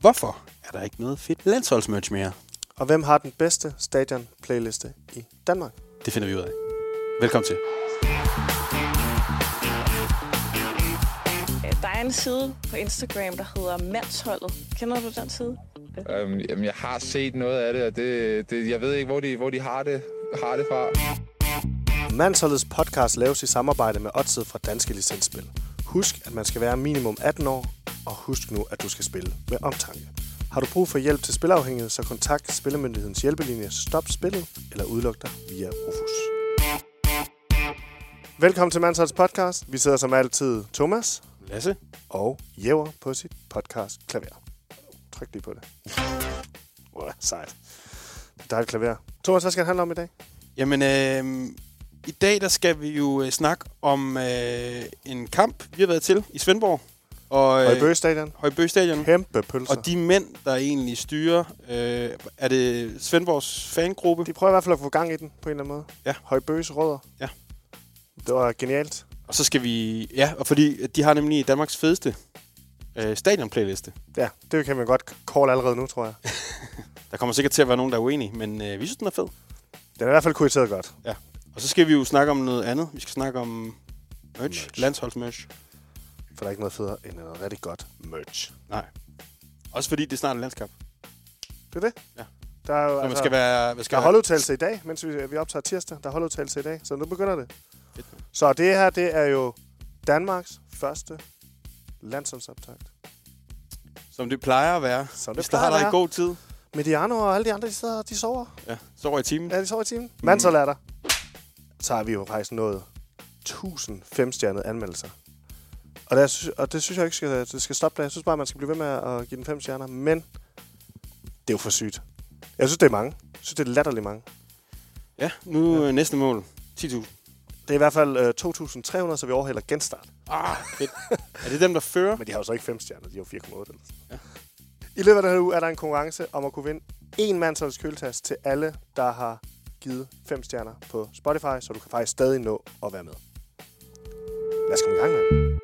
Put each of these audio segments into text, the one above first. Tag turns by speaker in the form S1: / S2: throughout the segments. S1: Hvorfor er der ikke noget fedt landsholdsmerch mere?
S2: Og hvem har den bedste stadion-playliste i Danmark?
S1: Det finder vi ud af. Velkommen til.
S3: Øh, Der er en side på Instagram, der hedder Mandsholdet. Kender du den side?
S4: Øhm, jamen, jeg har set noget af det, og det, det, jeg ved ikke, hvor de, hvor de har, det, har det fra.
S2: Mandsholdets podcast laves i samarbejde med Odset fra Danske Licensspil. Husk, at man skal være minimum 18 år, og husk nu, at du skal spille med omtanke. Har du brug for hjælp til spilafhængighed, så kontakt Spillemyndighedens hjælpelinje Stop Spillet eller udluk dig via Rufus. Velkommen til Mandsholds podcast. Vi sidder som altid Thomas
S1: Lasse?
S2: og Jæver på sit podcast klaver. Tryk lige på det. Wow, sejt. Der er et klaver. Thomas, hvad skal det handle om i dag?
S1: Jamen, øh, i dag der skal vi jo øh, snakke om øh, en kamp, vi har været til i Svendborg. Og, øh,
S2: Højbøge Stadion.
S1: Højbø altså. Stadion.
S2: Kæmpe pølser.
S1: Og de mænd, der egentlig styrer, øh, er det Svendborgs fangruppe?
S2: De prøver i hvert fald at få gang i den på en eller anden måde.
S1: Ja.
S2: Højbøges rødder.
S1: Ja.
S2: Det var genialt.
S1: Og så skal vi... Ja, og fordi øh, de har nemlig Danmarks fedeste øh, stadionplayliste.
S2: Ja, det kan man godt call allerede nu, tror jeg.
S1: Der kommer sikkert til at være nogen, der er uenige, men øh, vi synes, den er fed.
S2: Den er i hvert fald kurateret godt.
S1: Ja. Og så skal vi jo snakke om noget andet. Vi skal snakke om merch, merch. landsholdsmerch.
S2: For der er ikke noget federe end noget rigtig godt merch.
S1: Nej. Også fordi det er snart en landskamp. Så
S2: Det er det.
S1: Ja.
S2: Der er jo, altså,
S1: man skal være... Man skal
S2: der er holdudtagelse i dag, mens vi, vi optager tirsdag. Der er holdudtagelse i dag, så nu begynder det.
S1: Fedt.
S2: Så det her, det er jo Danmarks første landsholdsoptakt.
S1: Som det plejer at være.
S2: Som
S1: vi
S2: det plejer at
S1: starter i
S2: være.
S1: god tid.
S2: Mediano og alle de andre, de sidder og de sover.
S1: Ja, sover i timen.
S2: Ja, de sover i timen. Mandshold er der. Så har vi jo faktisk nået 1000 femstjernede anmeldelser. Og, der, sy- og det synes jeg ikke, skal, det skal stoppe der. Jeg synes bare, man skal blive ved med at give den fem stjerner. Men det er jo for sygt. Jeg synes, det er mange. Jeg synes, det er latterligt mange.
S1: Ja, nu ja. næste mål. 10.000.
S2: Det er i hvert fald øh, 2.300, så vi overhælder genstart.
S1: Ah, fedt. er det dem, der fører?
S2: Men de har jo så ikke fem stjerner, de har jo 4,8. Eller. Ja. I løbet af den her uge er der en konkurrence om at kunne vinde en mandsholds køletask til alle, der har givet fem stjerner på Spotify, så du kan faktisk stadig nå at være med. Lad os komme i gang med det.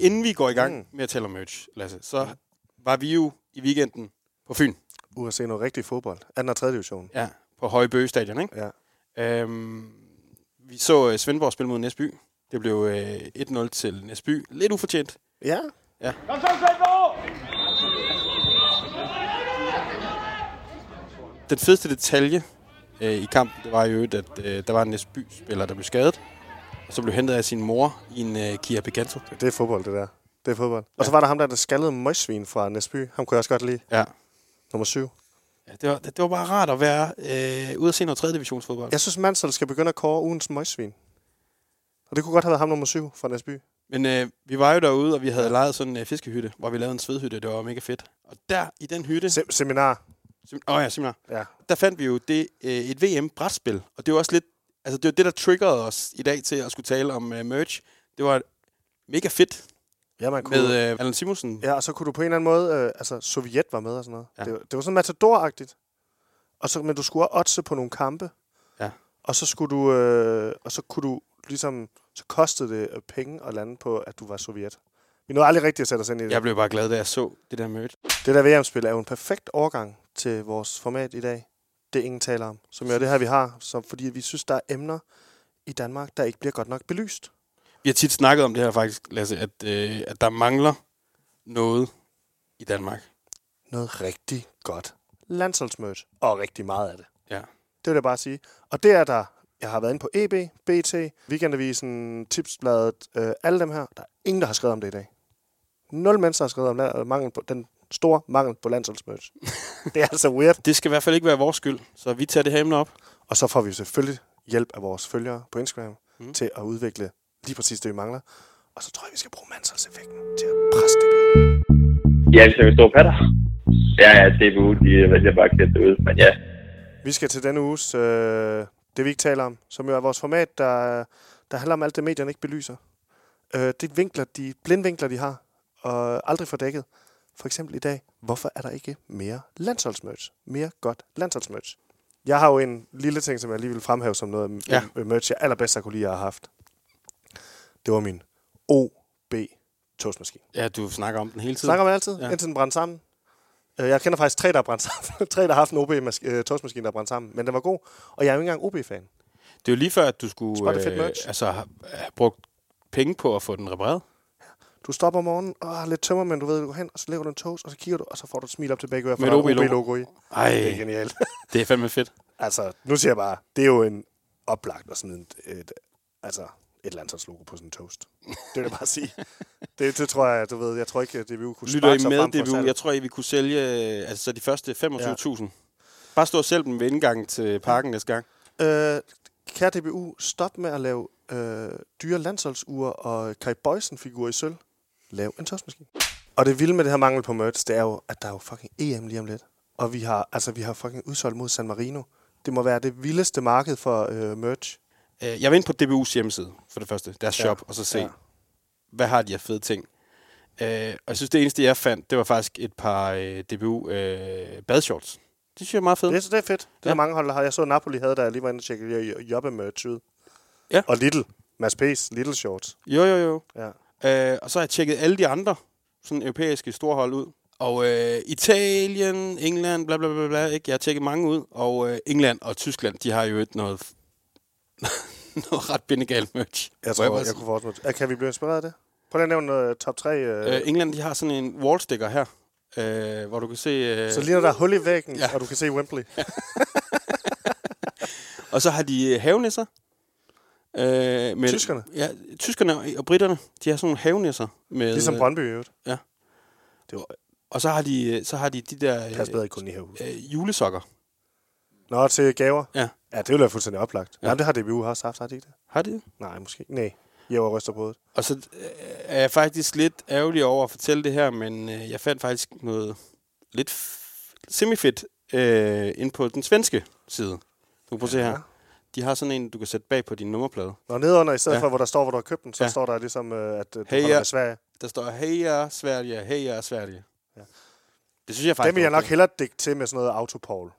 S1: Inden vi går i gang
S2: Mm.
S1: med at tale om merch, Lasse, så var vi jo i weekenden på Fyn.
S2: Ude at se noget rigtig fodbold. 2. og 3. division.
S1: Ja. På Højbøge Stadion, ikke?
S2: Ja.
S1: Øhm, vi så øh, Svendborg spille mod Næsby. Det blev øh, 1-0 til Næsby. Lidt ufortjent.
S2: Ja.
S1: Den fedeste detalje øh, i kampen, det var jo, at øh, der var en Næsby-spiller, der blev skadet. Og så blev hentet af sin mor i en øh, Kia Picanto.
S2: Det er fodbold, det der. Det er fodbold. Og så var der ham der, der skaldede møgsvin fra Næsby. Ham kunne jeg også godt lide.
S1: Ja.
S2: Nummer 7.
S1: ja det, var, det var bare rart at være øh, ude at se noget 3. divisionsfodbold. Ja.
S2: Jeg synes, Mansell skal begynde at kåre ugens møgsvin. Og det kunne godt have været ham nummer 7 fra Næsby.
S1: Men øh, vi var jo derude, og vi havde lejet sådan en øh, fiskehytte, hvor vi lavede en svedhytte. Det var mega fedt. Og der i den hytte...
S2: Se- seminar.
S1: Sim- Åh oh ja, simpelthen.
S2: Ja.
S1: der fandt vi jo det, øh, et VM-brætspil, og det var også lidt, altså det var det, der triggerede os i dag til at skulle tale om øh, merch. Det var mega fedt
S2: Ja, man kunne...
S1: med øh, Allan Simonsen. Ja.
S2: Ja, og så kunne du på en eller anden måde... Øh, altså, Sovjet var med og sådan noget.
S1: Ja.
S2: Ja. Det, var- det var sådan matadoragtigt. Og så, men du skulle også oddse på nogle kampe.
S1: Ja.
S2: Og så skulle du... Øh, og så kunne du ligesom... Så kostede det øh, penge at lande på, at du var Sovjet. Vi nåede aldrig rigtigt at sætte os ind i det.
S1: Jeg blev bare glad, da jeg så det der merch.
S2: Det der VM-spil er jo en perfekt overgang til vores format i dag. Det ingen taler om. Som jo er det her, vi har. Som, fordi vi synes, der er emner i Danmark, der ikke bliver godt nok belyst.
S1: Vi har tit snakket om det her faktisk, Lasse, at, øh, at der mangler noget i Danmark.
S2: Noget rigtig godt landsholdsmerch. Og rigtig meget af det.
S1: Ja.
S2: Det vil jeg bare sige. Og det er der, jeg har været inde på E EB, BT, Weekendavisen, Tipsbladet, øh, alle dem her. Der er ingen, der har skrevet om det i dag. Nul mennesker har skrevet om la- øh, mangel på, den store mangel på landsholdsmerch. det er altså weird.
S1: Det skal i hvert fald ikke være vores skyld, så vi tager det her emne op.
S2: Og så får vi selvfølgelig hjælp af vores følgere på Instagram
S1: Mm.
S2: mm. til at udvikle lige præcis det, vi mangler. Og så tror jeg, vi skal bruge mandsholdseffekten til at presse det.
S5: Ja, hvis jeg vil stå patter. Ja, ja, DBU, de vælger bare at kæde det ud, men ja.
S2: Vi skal til denne uges, øh, det vi ikke taler om, som jo er vores format, der, der handler om alt det, medierne ikke belyser. Øh, det er vinkler, de blindvinkler, de har, og aldrig får dækket. For eksempel i dag, hvorfor er der ikke mere landsholdsmerch? Mere godt landsholdsmerch. Jeg har jo en lille ting, som jeg lige vil fremhæve som noget øh, af
S1: Ja.
S2: ja. merch, jeg allerbedst har kunne lide, jeg har haft. Det var min OB DSB toastmaskine.
S1: Ja, du snakker om den hele tiden.
S2: Snakker man altid,
S1: Ja.
S2: ja. indtil den brændte sammen. Øh, Jeg kender faktisk tre, der er brændt sammen. tre, der har haft en OB-toastmaskine, øh, der er brændt sammen. Men den var god, og jeg er jo ikke engang OB-fan.
S1: Det er jo lige før, at du skulle
S2: Spotify merch.
S1: altså, have have brugt penge på at få den repareret.
S2: Du stopper om morgenen, og har lidt tømmer, men du ved, du går hen, og så laver du en toast, og så kigger du, og så får du et smil op tilbage, og
S1: Med
S2: der er
S1: et
S2: et
S1: OB -logo.
S2: OB-logo i.
S1: Ej,
S2: Det er genialt.
S1: det er fandme fedt.
S2: altså, nu siger jeg bare, det er jo en oplagt at smide et, et, altså, et landsholdslogo på sådan en toast. Det vil jeg bare sige. Det, det tror jeg, du ved, jeg tror ikke, at DBU kunne
S1: Lytter
S2: sparke
S1: I
S2: sig frem
S1: med,
S2: for
S1: DBU?
S2: salg.
S1: Jeg tror, I vi kunne sælge øh, altså, de første 25.000. Bare stå selv dem ved indgangen til parken næste gang.
S2: Øh, kære DBU, stop med at lave øh, dyre landsholdsure og Kai Bøjsen-figurer i sølv. Lav en toastmaskine. Og det vilde med det her mangel på merch, det er jo, at der er jo fucking EM lige om lidt. Og vi har, altså, vi har fucking udsolgt mod San Marino. Det må være det vildeste marked for øh, merch.
S1: Øh, Jeg var inde på DBU's hjemmeside, for det første. Deres
S2: Ja,
S1: shop, og så se,
S2: ja.
S1: hvad har de af fede ting. Øh, Og jeg synes, det eneste, jeg fandt, det var faktisk et par øh, DBU øh, badshorts. Det synes jeg er meget fedt.
S2: Det, er- det er fedt. Det er
S1: Ja.
S2: ja. mange hold, der har. Jeg så Napoli havde, der jeg lige var inde og tjekke jobbe-merch ud.
S1: Ja.
S2: Og Little. Mads P's Little Shorts.
S1: Jo, jo, jo.
S2: Ja.
S1: Øh, og så har jeg tjekket alle de andre sådan europæiske storhold ud. Og øh, Italien, England, bla bla bla bla, ikke? Jeg har tjekket mange ud. Og øh, England og Tyskland, de har jo et noget, noget ret bindegal merch.
S2: Jeg
S1: Må
S2: tror,
S1: bare
S2: jeg, jeg kunne forestille mig. Øh, Kan vi blive inspireret af det? Prøv lige at nævne noget top 3. Øh,
S1: sige? øh, England, de har sådan en wallsticker her, øh, hvor du kan se... Øh,
S2: så lige når der er hul i væggen,
S1: Ja.
S2: ja. og du kan se Wembley.
S1: Og så har de øh, havenisser. Øh, med,
S2: Tyskerne?
S1: Ja, tyskerne og- og britterne, de har sådan nogle havenisser. Med, øh,
S2: Ligesom Brøndby i øvrigt.
S1: Og så har de, øh, så har de de der
S2: Pas
S1: øh,
S2: bedre kun i herude.
S1: øh, julesokker.
S2: Nå, til gaver.
S1: Ja.
S2: Ja, det ville være fuldstændig oplagt. Ja. Jamen, det har DBU også haft, har de ikke det?
S1: Har de det?
S2: Nej, måske. Nej. Jeg var ryster på hovedet.
S1: Og så øh, er jeg faktisk lidt ærgerlig over at fortælle det her, men øh, jeg fandt faktisk noget lidt f- semifedt øh, ind på den svenske side. Du kan prøve at se her. De har sådan en, du kan sætte bag på din nummerplade.
S2: Nå, nedenunder, i stedet
S1: Ja.
S2: ja. for, hvor der står, hvor du har købt den, så
S1: Ja.
S2: ja. står der ligesom, øh, at øh, du
S1: Hey, ja.
S2: hey, holder med Sverige.
S1: Der står, heja Sverige, heja Sverige. Ja.
S2: Ja.
S1: Det synes jeg faktisk...
S2: Dem vil jeg
S1: er okay.
S2: nok hellere dække til med sådan noget autopol.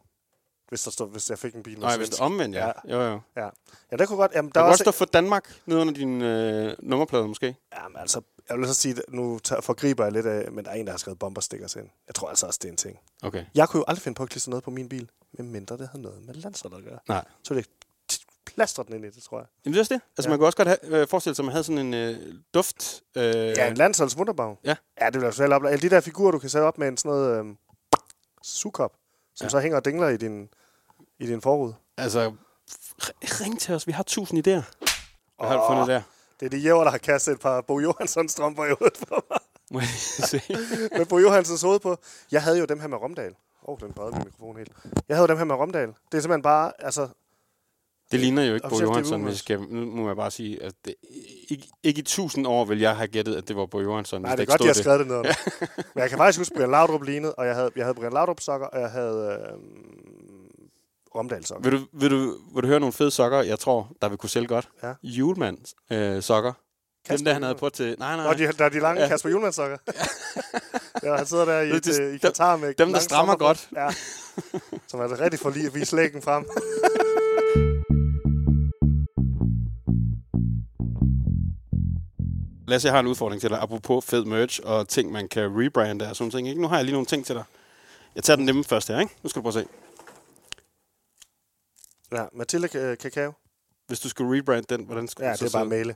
S2: Hvis, der stod, hvis jeg fik en bil med
S1: Nej, hvis det
S2: svensk.
S1: er omvendt, ja. Jo, jo.
S2: Ja. ja, det kunne godt... Jamen,
S1: Der
S2: der
S1: kan også
S2: er også,
S1: stå for Danmark nede under din øh, nummerplade, måske.
S2: jamen, altså, jeg vil så sige, at nu tager- forgriber jeg lidt af, men der er en, der har skrevet bomberstickers ind. Jeg tror altså også, det er en ting.
S1: Okay.
S2: Jeg kunne jo aldrig finde på at klistre noget på min bil, medmindre det havde noget med landsholdet at gøre.
S1: Nej.
S2: Så ville jeg plaster den ind i det, tror jeg.
S1: Jamen, det er også det. Altså, ja.
S2: Ja.
S1: man kunne også godt have, øh, forestille sig, at man havde sådan en øh, duft... Øh,
S2: Ja, en landsholds wunderbaum.
S1: Ja.
S2: Ja, det bliver svært op. Alle de der figurer, du kan sætte op med en sådan noget øhm, sugekop, som
S1: Ja.
S2: ja. så hænger og dingler i din, i din forrude.
S1: Altså, r- ring til os. Vi har tusind idéer. Hvad har du fundet der?
S2: Det er de jævre, der har kastet et par Bo Johansson strømper i hovedet på mig.
S1: Må jeg lige se?
S2: med Bo Johansens hoved på. Jeg havde jo dem her med Romdal. Åh, oh, den brede min mikrofon helt. Jeg havde jo dem her med Romdal. Det er simpelthen bare, altså,
S1: Det ligner jo ikke Bo
S2: Officielt, det er
S1: Johansson, hvis jeg
S2: umuligt.
S1: skal, nu må jeg bare sige, at det, ikke, ikke i tusind år vil jeg have gættet, at det var Bo Johansson,
S2: Nej,
S1: hvis
S2: det
S1: der
S2: er godt, de har
S1: ikke stod
S2: skrevet det ned. Men jeg kan faktisk huske Brian Laudrup lignede, og jeg havde, jeg havde Brian Laudrup sokker, og jeg havde øh, Romdal sokker.
S1: Vil du, vil, du, vil du høre nogle fede sokker, jeg tror, der vil kunne sælge godt?
S2: Ja.
S1: Julemand øh, sokker. Dem der, han havde på til... Nej, nej.
S2: Og de, der er de lange
S1: Ja.
S2: ja. Kasper Julemand sokker. ja, han sidder der i,
S1: Det er
S2: et,
S1: de-
S2: øh, i
S1: dem-
S2: Katar med
S1: der
S2: lange
S1: strammer
S2: sommerfrø.
S1: godt.
S2: Ja. Som altså rigtig for lige at vise lægen frem.
S1: Lad os se, jeg har en udfordring til dig, apropos fed merch og ting, man kan rebrande og sådan ting. Ikke? Nu har jeg lige nogle ting til dig. Jeg tager den nemme først her, ikke? Nu skal du prøve at se.
S2: Ja, Mathilde øh, Kakao.
S1: Hvis du skulle rebrande den, hvordan skulle
S2: Ja,
S1: du så
S2: det er bare
S1: sidde?
S2: male.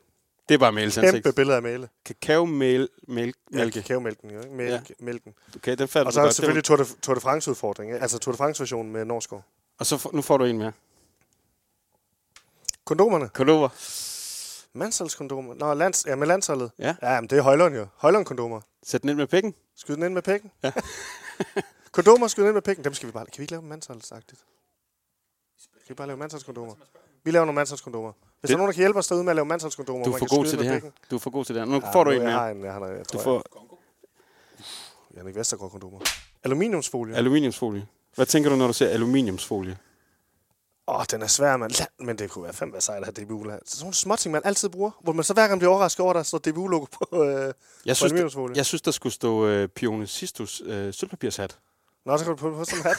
S1: Det er bare mails ansigt.
S2: Kæmpe billede af male.
S1: Kakao, mel, mel,
S2: Mælke.
S1: mælke.
S2: Kakaomælken, jo, ikke? Mælk, ja. mælken.
S1: Okay, den fandt
S2: Og
S1: du
S2: så
S1: godt.
S2: er der
S1: Det
S2: selvfølgelig Tour de, Tour de France-udfordring. ikke? Altså Tour de France-versionen med Norskov.
S1: var- Og så får- nu får du en mere.
S2: Kondomerne.
S1: Kondomer.
S2: Mandsholdskondomer. Nå, lands, ja, med landsholdet.
S1: Ja.
S2: ja men det er Højlund jo. Højlund-kondomer.
S1: Sæt den ind med pikken.
S2: Skyd den ind med pikken.
S1: Ja.
S2: kondomer, skyd den ind med pikken. Dem skal vi bare... Kan vi ikke lave dem mandsholdsagtigt? Kan vi bare lave mandsholdskondomer? Vi laver nogle mandsholdskondomer. Hvis
S1: Det-
S2: der er nogen, der kan hjælpe os derude med at lave mandsholdskondomer,
S1: Du er
S2: man
S1: for
S2: kan
S1: god
S2: skyde
S1: til
S2: med
S1: det her.
S2: pikken.
S1: Du er for god til det her. Nu
S2: Ja,
S1: får du
S2: nu-
S1: en
S2: Jeg
S1: mere.
S2: har en, jeg har en, jeg tror,
S1: Du
S2: du
S1: får
S2: jeg, Jannik Vestergaard kondomer. Aluminiumsfolie. Åh,
S1: aluminiumsfolie. Hvad tænker du, når du ser aluminiumsfolie?
S2: oh, den er svær, mand. La- Men det kunne være fandme sejt at have DBU. la- Sådan nogle småting, man altid bruger, hvor man så hver gang bliver overrasket over, at der står DBU-logo på, øh,
S1: Jeg
S2: på
S1: synes, der,
S2: aluminiumsfolie.
S1: jeg synes, der skulle stå øh, Pionecistus øh, sølvpapirshat.
S2: Nå, så kan du på, på sådan en hat.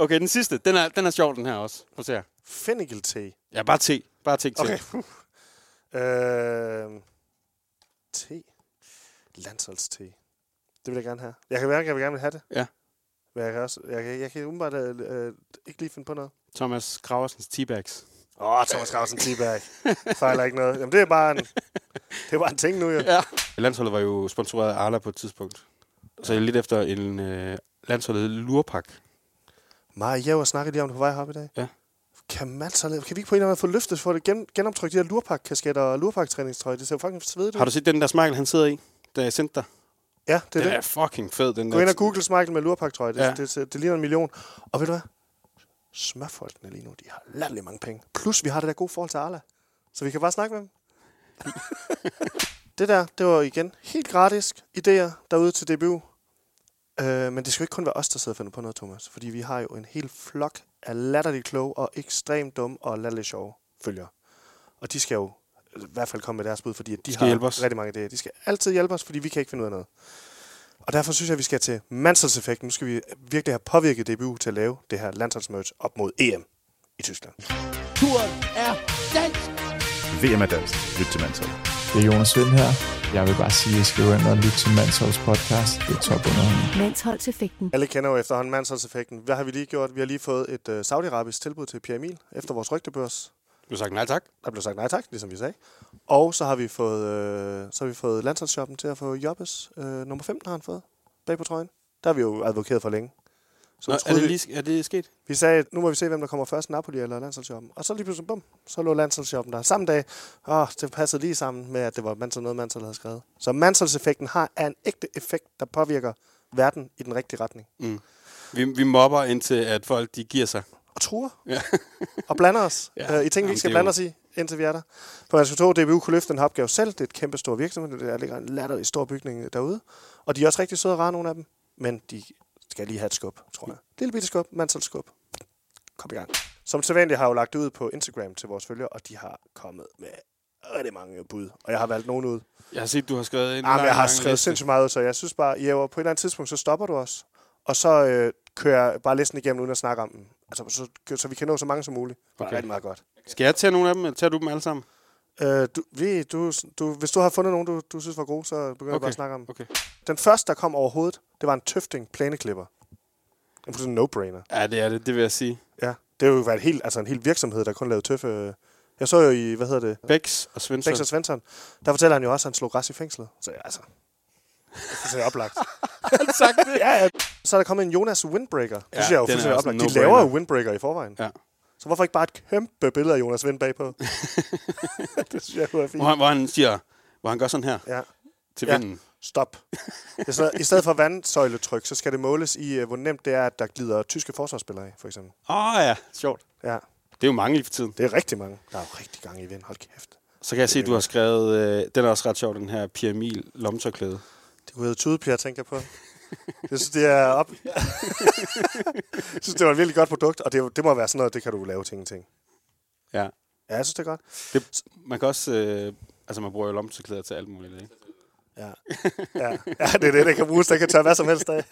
S1: Okay, den sidste. Den er, den er sjov, den her også. Prøv at se her.
S2: Fennikel-te.
S1: Ja, bare te. Bare te til.
S2: Okay. øh, Te. Landsholdste. Det vil jeg gerne have. Jeg kan mærke, at jeg vil gerne vil have det.
S1: Ja.
S2: Men jeg kan, også, jeg kan, jeg kan umiddelbart øh, ikke lige finde på noget.
S1: Thomas Graversens teabags.
S2: Åh, oh, Thomas Grausen T-bag. Fejler ikke noget. Jamen, det er bare en, det er bare en ting nu, jo. Ja.
S1: Landsholdet var jo sponsoreret af Arla på et tidspunkt. Så lidt efter en øh, landsholdet lurpak.
S2: Maja, jeg var snakket lige om det på vej herop i dag.
S1: Ja.
S2: Kan man så lave? Kan vi ikke på en eller anden måde få løftet for det? Gen, genoptrykke de her lurpak-kasketter og lurpak-træningstrøje? Det ser jo fucking svedigt ud.
S1: Har du set den der smile, han sidder i, da jeg sendte dig?
S2: Ja, det
S1: Den
S2: er det.
S1: er fucking fed, den
S2: Gå
S1: der.
S2: ind og google Michael med lurpaktrøje. Det,
S1: Ja.
S2: ja. det, det, det ligner en million. Og ved du hvad? Smørfolkene lige nu, de har latterlig mange penge. Plus, vi har det der gode forhold til Arla. Så vi kan bare snakke med dem. det der, det var igen helt gratis idéer derude til DBU. Øh, men det skal jo ikke kun være os, der sidder og finder på noget, Thomas. Fordi vi har jo en hel flok af latterligt kloge og ekstremt dumme og latterligt sjove følgere. Og de skal jo øh, i hvert fald komme med deres bud, fordi at de
S1: skal
S2: har
S1: hjælpe os.
S2: rigtig mange idéer. De skal altid hjælpe os, fordi vi kan ikke finde ud af noget. Og derfor synes jeg, at vi skal til mandsholdseffekten. Nu skal vi virkelig have påvirket DBU til at lave det her landsholdsmerch op mod EM i Tyskland.
S6: Turen er dansk!
S7: VM er dansk. Lyt til mandshold.
S8: Det er Jonas Vind her. Jeg vil bare sige, at I skal gå ind og lytte til Mansholds podcast. Det er top underholdning.
S9: Mandsholdseffekten.
S2: Alle kender jo efterhånden mandsholdseffekten. Hvad har vi lige gjort? Vi har lige fået et øh, saudiarabisk tilbud til Pierre Emil efter vores rygtebørs.
S1: Du har sagt nej tak.
S2: Der blev sagt nej tak, ligesom vi sagde. Og så har vi fået, øh, så har vi fået landsholdsshoppen til at få Jobbes. Øh, nummer 15 har han fået bag på trøjen. Der har vi jo advokeret for længe. Så
S1: Nå, er,
S2: troede
S1: det
S2: vi-
S1: lige, er det sket?
S2: Vi sagde, at nu må vi se, hvem der kommer først, Napoli eller landsholdsshoppen. Og så lige pludselig, bum, så lå landsholdsshoppen der. Samme dag, åh, det passede lige sammen med, at det var Mansell, noget, Mansell havde skrevet. Så Mansell-effekten har, er en ægte effekt, der påvirker verden i den rigtige retning.
S1: Vi, vi mobber indtil, at folk de giver sig.
S2: Og truer.
S1: Ja.
S2: og blander os
S1: Ja.
S2: ja. øh, i ting, vi
S1: Jamen,
S2: ikke skal
S1: det er
S2: blande
S1: jo-
S2: os i, indtil vi er der. For man skulle tro, at DBU kunne løfte den her opgave selv. Det er et kæmpe stor virksomhed. Der ligger en latterlig stor bygning øh, derude. Og de er også rigtig søde og rare, nogle af dem. Men de skal lige have et skub, tror jeg. Lille bitte skub, mandsalskub. Kom i gang. Som sædvanligt har jeg jo lagt det ud på Instagram til vores følgere, og de har kommet med rigtig mange bud. Og jeg har valgt nogen ud.
S1: Jeg har set, du har skrevet en
S2: Jamen,
S1: lang,
S2: jeg har
S1: lang
S2: skrevet
S1: liste.
S2: sindssygt meget ud, så jeg synes bare, Jæver, på et eller andet tidspunkt, så stopper du os. Og så øh, kører jeg bare listen igennem, uden at snakke om den. Altså, så, så vi kan nå så mange som muligt. Det var
S1: Okay.
S2: okay. rigtig meget godt.
S1: Skal jeg tage nogle af dem, eller tager du dem alle sammen?
S2: Øh, du, vi, du, du, hvis du har fundet nogen, du, du synes var gode, så begynder okay.
S1: Okay.
S2: bare at snakke om.
S1: Okay.
S2: Den første, der kom overhovedet, det var en tøfting plæneklipper. En fuldstændig no-brainer.
S1: Ja, det er det, det vil jeg sige.
S2: Ja. Det ville jo være et helt, altså en hel virksomhed, der kun lavede tøffe... øh. Jeg så jo i, hvad hedder det,
S1: Bex og Svensson.
S2: Bex og Svensson, der fortæller han jo også, at han slog græs i fængslet. Så altså, det er oplagt.
S1: sagt det.
S2: ja, ja. Så er der kommet en Jonas Windbreaker. Det
S1: Ja,
S2: synes jeg er jo
S1: den er
S2: fuldstændig
S1: også en
S2: oplagt. De
S1: no-brainer.
S2: laver jo Windbreaker i forvejen.
S1: Ja.
S2: Så hvorfor ikke bare et kæmpe billede af Jonas Vind bagpå? det synes jeg kunne være fint.
S1: Hvor han, hvor han siger, hvor han gør sådan her
S2: Ja.
S1: til
S2: Ja.
S1: vinden.
S2: Stop. I stedet- I stedet for vandsøjletryk, så skal det måles i, øh, hvor nemt det er, at der glider tyske forsvarsspillere af, for eksempel.
S1: Åh oh, ja, sjovt.
S2: Ja,
S1: Det er jo mange lige for tiden.
S2: det er rigtig mange. Der er jo rigtig gang i vind. Hold kæft.
S1: Så kan jeg se, at du har skrevet, øh, den er også ret sjov, den her Pia Emil lomtørklæde.
S2: Det kunne hedde Tudepiger, tænker jeg på. Jeg synes, det er op. jeg synes, det var et virkelig godt produkt, og det, er jo- det må være sådan noget, det kan du lave til ingenting.
S1: Ja.
S2: Ja, jeg synes, det er godt.
S1: Det, man kan også, øh, altså man bruger jo lomtørklæder til alt muligt, ikke?
S2: Ja. Ja. ja, det er det, der kan bruges. Den kan tørre hvad som helst af.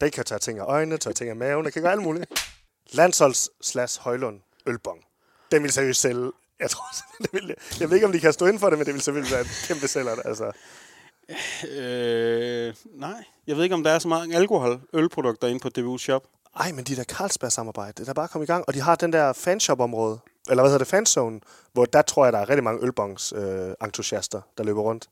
S2: Den kan tørre ting af øjnene, tørre ting af maven, den kan gøre alt muligt. Landsholds slash Højlund ølbong. Den vil seriøst sælge. Jeg, tror, det vil, jeg ved ikke, om de kan stå inden for det, men det vil selvfølgelig være en kæmpe sælger. Altså.
S1: Øh, nej. Jeg ved ikke, om der er så meget alkohol, ølprodukter inde på DBU Shop.
S2: Ej, men de der Carlsberg-samarbejde, det er da bare kommet i gang. Og de har den der fanshop-område, eller hvad hedder det, fanzone, hvor der tror jeg, der er rigtig mange ølbongs øh, entusiaster, der løber rundt.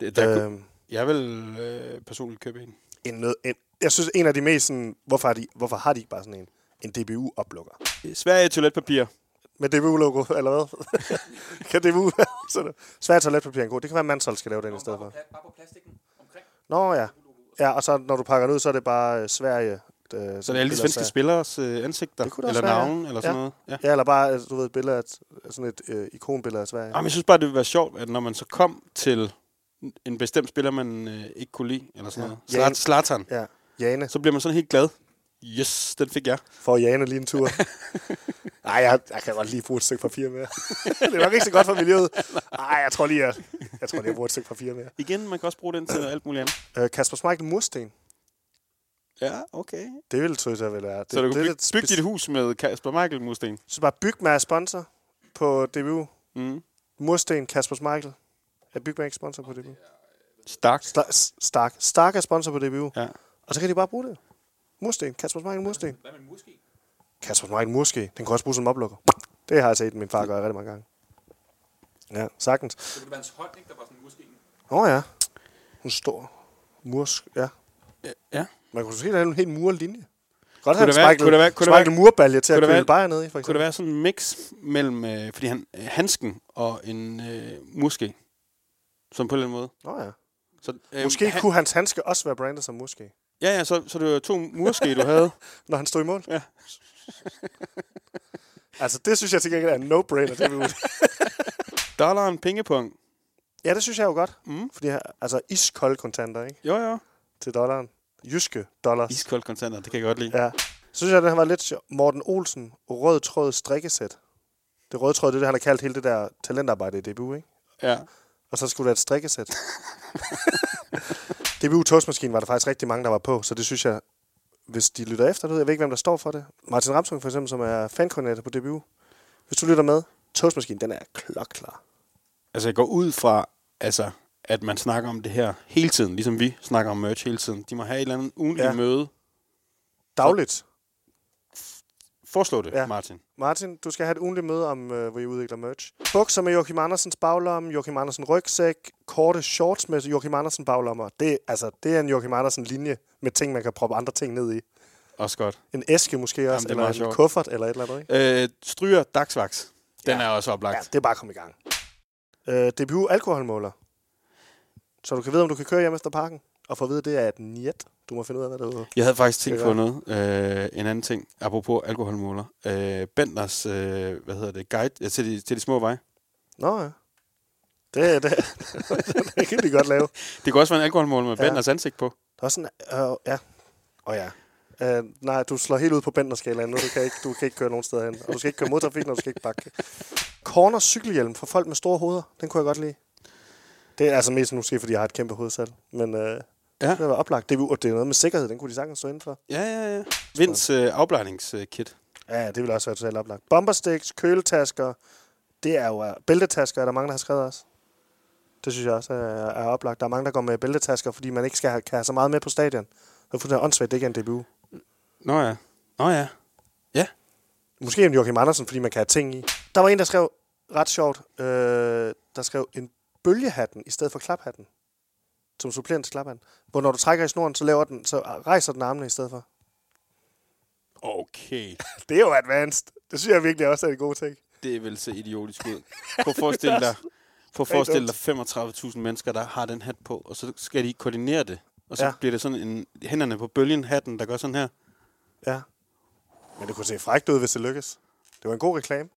S1: Det, der øh.
S2: Øhm.
S1: Jeg vil øh, personligt købe en.
S2: En, nød, en, jeg synes, en af de mest sådan, hvorfor har de, hvorfor har de ikke bare sådan en? En DBU-oplukker.
S1: Sverige toiletpapir.
S2: Med DBU-logo, eller hvad? kan DBU være sådan noget? Svært toiletpapir er en god. Det kan være, at Mansol skal lave den i stedet for.
S10: Bare på plastikken omkring.
S2: Nå ja. Ja, og så når du pakker den ud, så er det bare øh, Sverige. Øh, så
S1: Så det er alle de svenske spillers øh, ansigter,
S2: Det kunne da
S1: eller
S2: også være, ja.
S1: navne, eller sådan
S2: Ja.
S1: noget. Ja.
S2: Ja, eller bare, altså, du ved, et billede af, et- sådan et øh, ikonbillede af Sverige.
S1: Jamen, jeg synes bare, det ville være sjovt, at når man så kom til en bestemt spiller, man øh, ikke kunne lide, eller sådan
S2: Ja.
S1: noget. Slat-
S2: Jane.
S1: Zlatan.
S2: Ja. Jane.
S1: Så bliver man sådan helt glad. Yes, den fik jeg.
S2: Får Jane lige en tur. Nej, jeg, jeg, kan godt lige bruge et stykke papir mere. det er nok ikke så godt for miljøet. Nej, jeg tror lige, jeg, jeg tror lige, jeg bruger et stykke papir mere.
S1: Igen, man kan også bruge den til alt muligt andet.
S2: Øh, Kasper Schmeichel Mursten.
S1: Ja, okay.
S2: Det ville synes jeg vil være. Det,
S1: Så du kan
S2: det,
S1: bygge,
S2: det,
S1: bygge dit hus med Kasper Michael Musten.
S2: Så bare byg med sponsor på DBU.
S1: Mm.
S2: Mursten, Kasper Schmeichel. Er Bygman ikke sponsor på DBU?
S1: Stark.
S2: Star- S- Stark. Stark er sponsor på DBU.
S1: Ja.
S2: Og så kan de bare bruge det. Mursten. Kasper Smeichel Mursten. Hvad med Murski? Kasper Smeichel Murski. Den kan også bruges som oplukker. Det har jeg set min far gøre rigtig mange gange. Ja, sagtens. Det ville være hans hånd, ikke? Der var sådan en Murski. Nå ja. Hun stor. Mursk. Ja.
S1: Ja.
S2: Man kunne måske have en helt murlinje.
S1: Kunne
S2: Godt have
S1: der være-
S2: Smeichel,
S1: kunne der være- kunne der være-
S2: Smeichel murbalje til at
S1: kunne der
S2: køle
S1: være-
S2: bare ned i, for
S1: Kunne
S2: eksempel.
S1: der være sådan en mix mellem, øh, fordi han, øh, handsken og en øh, muske, som på en eller anden måde.
S2: Nå ja.
S1: Så, øh,
S2: Måske
S1: han,
S2: kunne hans handske også være brandet som Murski.
S1: Ja, ja, så, så det var to murske, du havde.
S2: Når han stod i mål?
S1: Ja.
S2: altså, det synes jeg til gengæld er en no-brainer. Det vil...
S1: Dollaren, pengepung.
S2: ja, det synes jeg jo godt.
S1: Mm.
S2: Fordi, jeg- altså, iskolde kontanter, ikke?
S1: Jo, jo.
S2: Til dollaren. Jyske dollars.
S1: Iskold kontanter, det kan jeg godt lide.
S2: Ja. Synes jeg, den har været lidt sjov. Morten Olsen, rød tråd strikkesæt. Det røde tråd, det er det, han har kaldt hele det der talentarbejde i DBU, ikke?
S1: Ja.
S2: Og så skulle der et strikkesæt. DBU Toastmaskinen var der faktisk rigtig mange, der var på, så det synes jeg, hvis de lytter efter, det, jeg ved ikke, hvem der står for det. Martin Ramsung for eksempel, som er fankoordinator på DBU. Hvis du lytter med, Toastmaskinen, den er klokklar.
S1: Altså, jeg går ud fra, altså, at man snakker om det her hele tiden, ligesom vi snakker om merch hele tiden. De må have et eller andet ugenligt
S2: Ja.
S1: ja. møde.
S2: Dagligt.
S1: Foreslå det,
S2: Ja.
S1: ja. Martin.
S2: Martin, du skal have et ugentligt møde, om, øh, hvor I udvikler merch. Bukser med Joachim Andersens baglomme, Joachim Andersen rygsæk, korte shorts med Joachim Andersen baglommer. Det, er- altså, det er en Joachim Andersen linje med ting, man kan proppe andre ting ned i.
S1: Også godt.
S2: En æske måske
S1: Jamen,
S2: også,
S1: det er
S2: Jamen,
S1: meget
S2: eller en
S1: sjovt.
S2: kuffert, eller et eller andet. Ikke?
S1: Øh, stryger dagsvaks. Den
S2: Ja.
S1: ja. er også
S2: Ja,
S1: oplagt.
S2: det er bare at komme i gang. Øh, DBU alkoholmåler. Så du kan vide, om du kan køre hjem efter parken. Og for at vide, det er et net. Du må finde ud af, hvad det er.
S1: Jeg havde faktisk tænkt
S2: Det
S1: på
S2: er
S1: noget. Øh, en anden ting, apropos alkoholmåler. Øh, Benders, øh, hvad hedder det, guide ja, til, de, til de små veje.
S2: Nå ja. Det, det, det kan de godt lave.
S1: Det kunne også være en alkoholmåler med
S2: Ja.
S1: ja. Benders ansigt på.
S2: Der er sådan, øh, ja. Og ja. Øh, nej, du slår helt ud på bænderskalaen nu. Du kan, ikke, du kan ikke køre nogen steder hen. Og du skal ikke køre mod trafikken, og du skal ikke bakke. Corner cykelhjelm for folk med store hoveder. Den kunne jeg godt lide. Det er altså mest måske, fordi jeg har et kæmpe hoved selv. Men øh, ja.
S1: Ja.
S2: det var oplagt. Det, er jo- og det er noget med sikkerhed. Den kunne de sagtens stå indenfor.
S1: Ja, ja, ja. Vinds øh, afblejningskit.
S2: Ja, det ville også være totalt oplagt. Bombersticks, køletasker. Det er jo øh, bæltetasker, er der mange, der har skrevet også. Det synes jeg også er, er oplagt. Der er mange, der går med bæltetasker, fordi man ikke skal have, kan have så meget med på stadion. Det er fuldstændig åndssvagt, det ikke er en debut.
S1: Nå ja. Nå ja.
S2: Måske en Joachim Andersen, fordi man kan have ting i. Der var en, der skrev ret sjovt, øh, der skrev en bølgehatten i stedet for klaphatten. Som supplerende til klaphatten. Hvor når du trækker i snoren, så, laver den, så rejser den armene i stedet for.
S1: Okay.
S2: Det er jo advanced. Det synes jeg virkelig også er en god ting.
S1: Det vil se idiotisk ud. Prøv at forestille dig, prøv at forestille dig 35.000 mennesker, der har den hat på, og så skal de koordinere det. Og så
S2: Ja.
S1: ja. bliver det sådan en, hænderne på bølgen, hatten, der gør sådan her.
S2: Ja. Men det kunne se frækt ud, hvis det lykkes. Det var en god reklame.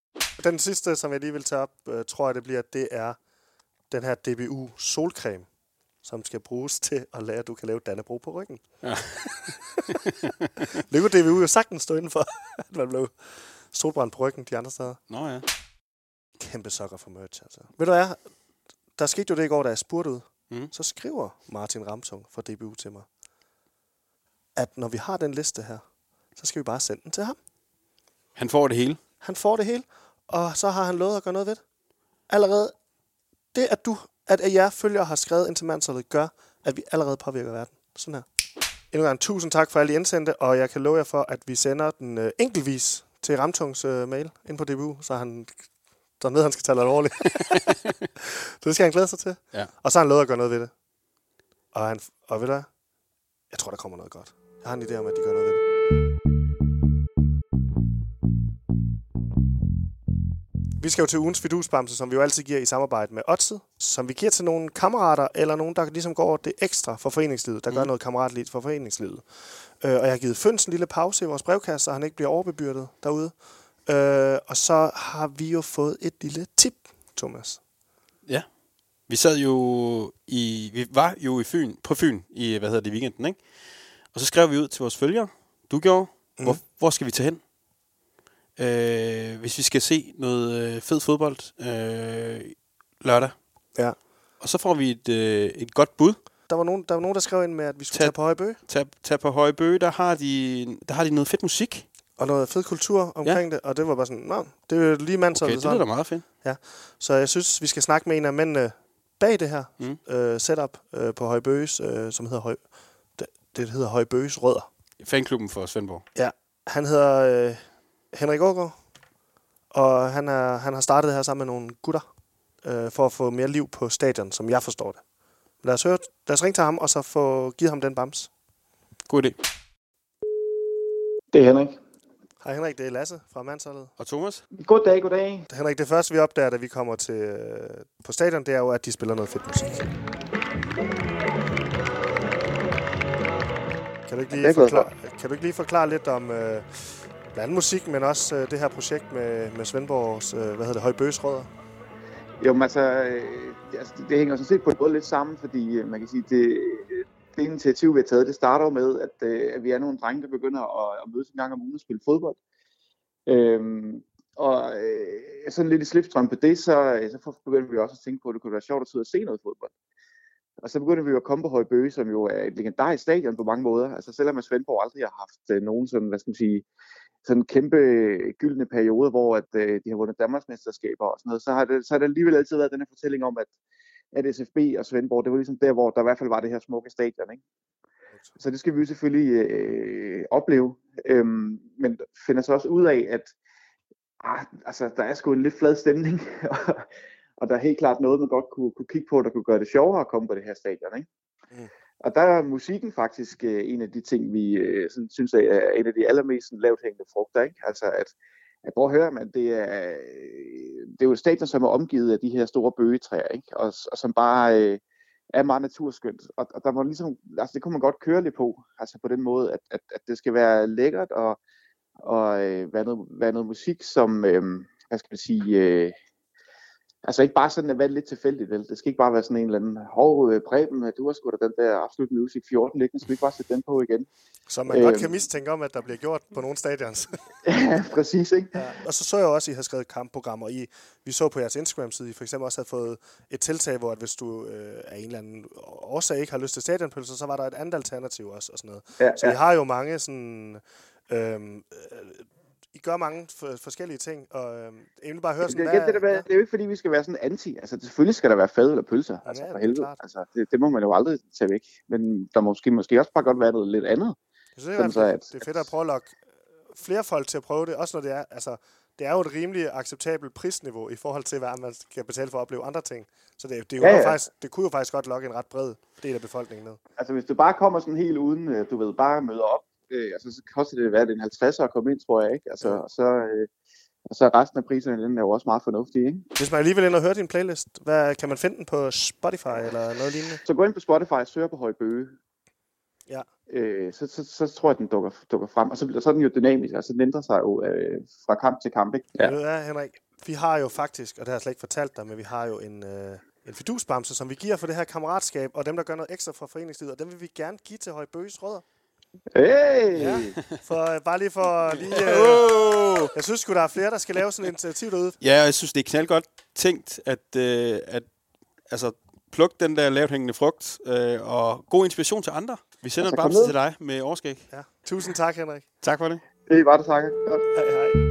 S2: Den sidste, som jeg lige vil tage op, øh, tror jeg, det bliver, det er den her DBU solcreme, som skal bruges til at lære, at du kan lave Dannebro på ryggen.
S1: Ja.
S2: Det kunne DBU jo sagtens stå indenfor, at man blev solbrændt på ryggen de andre steder.
S1: Nå ja.
S2: Kæmpe sokker for merch, altså. Ved du hvad? Der skete jo det i går, da jeg spurgte ud.
S1: Mm.
S2: Så skriver Martin Ramsung fra DBU til mig, at når vi har den liste her, så skal vi bare sende den til ham.
S1: Han får det hele.
S2: Han får det hele, og så har han lovet at gøre noget ved det. Allerede det, at du, at jer følgere har skrevet ind til mandsholdet, gør, at vi allerede påvirker verden. Sådan her. Endnu en gang tusind tak for alle I indsendte, og jeg kan love jer for, at vi sender den øh, enkeltvis til Ramtungs øh, mail ind på DBU, så han, så han ved, at han skal tage det alvorligt. det skal han glæde sig til.
S1: Ja.
S2: Og så har han lovet at gøre noget ved det. Og, han, og ved du hvad? Jeg tror, der kommer noget godt. Jeg har en idé om, at de gør noget ved det. Vi skal jo til ugens fidusbamse, som vi jo altid giver i samarbejde med Otset, som vi giver til nogle kammerater, eller nogen, der ligesom går det ekstra for foreningslivet, der mm. gør noget kammeratligt for foreningslivet. Øh, og jeg har givet Føns en lille pause i vores brevkasse, så han ikke bliver overbebyrdet derude. Øh, og så har vi jo fået et lille tip, Thomas.
S1: Ja. Vi sad jo i, vi var jo i Fyn, på Fyn i, hvad hedder det, weekenden, ikke? Og så skrev vi ud til vores følgere. Du gjorde.
S2: Mhm.
S1: Mm. Hvor, hvor skal vi tage hen? Øh, hvis vi skal se noget øh, fed fodbold øh, lørdag.
S2: Ja.
S1: Og så får vi et, øh, et godt bud.
S2: Der var, nogen, der var nogen, der skrev ind med, at vi skulle
S1: Tag-
S2: tage på Højbø,
S1: Tag, tag på Højbø, der har, de, der har de noget fedt musik.
S2: og noget fed kultur omkring ja. det, og det var bare sådan, Nå, det er jo lige mand, så
S1: Okay, det lyder da meget fedt.
S2: Ja, så jeg synes, vi skal snakke med en af mændene bag det her
S1: Mm.
S2: øh, setup øh, på Højbøges, øh, som hedder Høj, det, det hedder Højbøges Rødder.
S1: Fanklubben for Svendborg.
S2: Han hedder øh, Henrik Ågaard, og han, er, han har startet det her sammen med nogle gutter, øh, for at få mere liv på stadion, som jeg forstår det. Lad os, høre, lad os ringe til ham, og så få givet ham den bams.
S1: God idé.
S9: Det er Henrik.
S2: Hej Henrik, det er Lasse fra Mandsholdet.
S1: Og Thomas?
S9: Goddag, goddag.
S2: Henrik, det første vi opdager, da vi kommer til, øh, på stadion, det er jo, at de spiller noget fedt musik. Kan du ikke
S9: Det
S2: lige,
S9: er godt.
S2: forklare, kan du ikke lige forklare lidt om øh, blandt andet musik, men også øh, det her projekt med, med Svendborgs øh, hvad hedder det, højbøsrødder?
S9: Jo, men altså, øh, altså, det hænger jo sådan set på en måde lidt sammen, fordi øh, man kan sige, det, øh, det initiativ, vi har taget, det starter jo med, at, øh, at vi er nogle drenge, der begynder at, at mødes en gang om ugen og spille fodbold. Øhm, og øh, sådan lidt i slipstrøm på det, så, øh, så begyndte vi også at tænke på, at det kunne være sjovt at sidde og se noget fodbold. Og så begyndte vi jo at komme på Højbøge, som jo er et legendarisk stadion på mange måder. Altså selvom at Svendborg aldrig har haft øh, nogen sådan, hvad skal man sige, sådan kæmpe øh, gyldne periode, hvor at, øh, de har vundet Danmarksmesterskaber og sådan noget, så har, det, så har det alligevel altid været den her fortælling om, at, at SFB og Svendborg, det var ligesom der, hvor der i hvert fald var det her smukke stadion. Ikke? Så det skal vi jo selvfølgelig øh, opleve, øhm, men finder så også ud af, at ah, altså, der er sgu en lidt flad stemning, og, og der er helt klart noget, man godt kunne, kunne kigge på, der kunne gøre det sjovere at komme på det her stadion. Ikke?
S2: Mm.
S9: Og der er musikken faktisk øh, en af de ting, vi øh, sådan, synes er er en af de allermest sådan, lavt hængende frugter. Ikke? Altså at, at prøv at høre, man, det er, øh, det er jo et stadion, som er omgivet af de her store bøgetræer, ikke? Og, og som bare øh, er meget naturskønt. Og, og der må ligesom, altså, det kunne man godt køre lidt på, altså på den måde, at, at, at det skal være lækkert og, og øh, være, noget, være noget musik, som, øh, hvad skal man sige, øh, Altså ikke bare sådan at være lidt tilfældigt, vel? Det skal ikke bare være sådan en eller anden, hov, øh, Preben, du har sgu da den der Absolut Music 14 liggende, skal vi ikke bare sætte den på igen?
S2: Som man øh, godt
S9: Øhm.
S2: kan mistænke om, at der bliver gjort på nogle stadions.
S9: Ja, præcis, ikke?
S2: Ja. Og så så jeg også, at I havde skrevet kampprogrammer. I, vi så på jeres Instagram-side, I for eksempel også havde fået et tiltag, hvor at hvis du øh, af en eller anden årsag ikke har lyst til stadionpølser, så var der et andet alternativ også. Og sådan noget.
S9: Ja,
S2: Så I har jo mange sådan... Øhm, øh, I gør mange for, forskellige ting, og øh, jeg vil bare høre sådan,
S9: det, igen, det, der, med-
S2: ja,
S9: det er jo ikke, fordi vi skal være sådan anti. Altså, selvfølgelig skal der være fad eller pølser. Altså,
S2: ja,
S9: for
S2: det er
S9: helvede.
S2: klart.
S9: Altså, det, det, må man jo aldrig tage væk. Men der måske, måske også bare godt være noget lidt andet.
S2: jeg synes, i hvert
S9: sådan
S2: fald,
S9: så, at-
S2: det er fedt at prøve at lokke øh, flere folk til at prøve det, også når det er, altså, det er jo et rimelig acceptabelt prisniveau i forhold til, hvad man skal betale for at opleve andre ting. Så det, det, er jo
S9: Ja, ja.
S2: Faktisk, det kunne jo faktisk godt lokke en ret bred del af befolkningen ned.
S9: Altså, hvis du bare kommer sådan helt uden, øh, du ved, bare møder op, øh, altså, så koster det, hvad er det en 50'er at komme ind, tror jeg, ikke? Altså, og så, øh, og så er resten af priserne, den er jo også meget fornuftig, ikke?
S2: Hvis man alligevel ender og hører din playlist, hvad, kan man finde den på Spotify eller noget lignende?
S9: Så gå ind på Spotify og søg på Højbøge.
S2: Ja.
S9: Øh, så, så, så, tror jeg, den dukker, dukker frem. Og så, og så er den jo dynamisk, altså den ændrer sig jo øh, fra kamp til kamp, ikke?
S2: Ja. Ved du hvad, Henrik? Vi har jo faktisk, og det har jeg slet ikke fortalt dig, men vi har jo en, øh, en fidusbamse, som vi giver for det her kammeratskab, og dem, der gør noget ekstra for foreningslivet, og dem vil vi gerne give til Højbøges Rødder.
S9: Hey!
S2: Ja. For, øh, bare lige for lige... Øh,
S1: Oh!
S2: jeg synes sgu, der er flere, der skal lave sådan et initiativ derude.
S1: Ja, jeg synes, det er knaldgodt tænkt, at, øh, at altså, pluk den der lavt hængende frugt, øh, og god inspiration til andre. Vi sender altså, en
S9: Altså, kom
S1: bamse
S9: ned.
S1: til dig med årskæg.
S2: Ja. Tusind tak, Henrik.
S1: Tak for det.
S9: Det var det, takker. Godt.
S2: Hej, hej.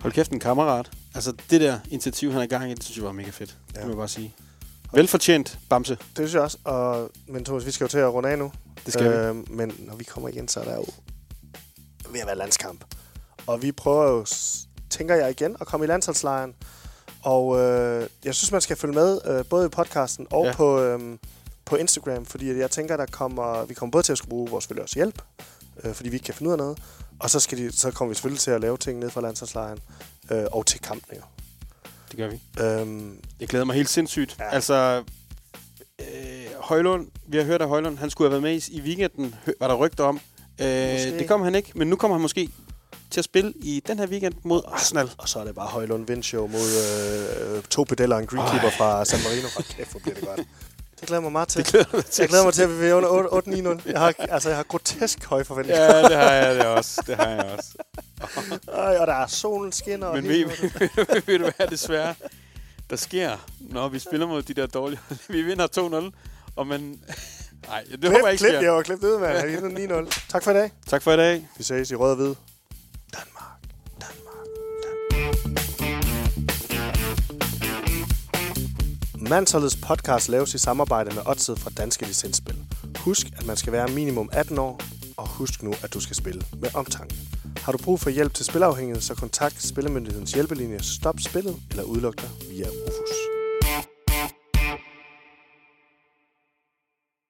S1: Hold kæft, en kammerat. Altså, det der initiativ, han er i gang i, det synes jeg var mega fedt. Ja. Det må jeg bare sige. Velfortjent, bamse.
S2: Det synes jeg også, og, men Thomas, vi skal jo til at runde af nu.
S1: Det skal øh. vi.
S2: øh, Men når vi kommer igen, så er der jo ved at være landskamp. Og vi prøver jo, s- tænker jeg igen, at komme i landsholdslejren. Og øh, jeg synes, man skal følge med, øh, både i podcasten og
S1: Ja.
S2: ja. på, øh, på Instagram. Fordi jeg tænker, der kommer, vi kommer både til at skulle bruge vores følgers hjælp, øh, fordi vi ikke kan finde ud af noget. Og så, skal de, så kommer vi selvfølgelig til at lave ting ned fra landsholdslejren øh, og til kampen jo.
S1: Det gør vi.
S2: Øhm,
S1: Jeg glæder mig helt sindssygt. Ja.
S2: Ja.
S1: Altså, øh, Højlund, vi har hørt, at Højlund han skulle have været med i, i weekenden, hø- var der rygter om. Øh, det kom han ikke, men nu kommer han måske til at spille i den her weekend mod Arsenal.
S2: Og så er det bare Højlund Vindshow mod øh, to pedeller og en greenkeeper fra San Marino. Hold kæft, hvor bliver det godt. Det glæder jeg mig meget til.
S1: glæder mig til.
S2: Jeg glæder mig til, at vi er under 8-9-0. Jeg har, altså, jeg har grotesk høje forventninger.
S1: Ja, det har jeg det også. Det har jeg også.
S2: Øj, og der er solen skinner. og
S1: Men
S2: lige
S1: ved,
S2: nu er det-
S1: ved, ved du hvad desværre, der sker, når vi spiller mod de der dårlige hold? Vi vinder 2-0, og man... Nej, det håber jeg ikke
S2: Klip, klip, jeg
S1: sker.
S2: var klippet ud, mand. Jeg har givet den 9-0. Tak for i dag.
S1: Tak for i dag.
S2: Vi ses i rød og hvid. Danmark. Danmark. Danmark. Mandsholdets podcast laves i samarbejde med Odset fra Danske Licensspil. Husk, at man skal være minimum 18 år, og husk nu, at du skal spille med omtanke. Har du brug for hjælp til spilafhængighed, så kontakt Spillemyndighedens hjælpelinje Stop Spillet eller udluk dig via Rufus.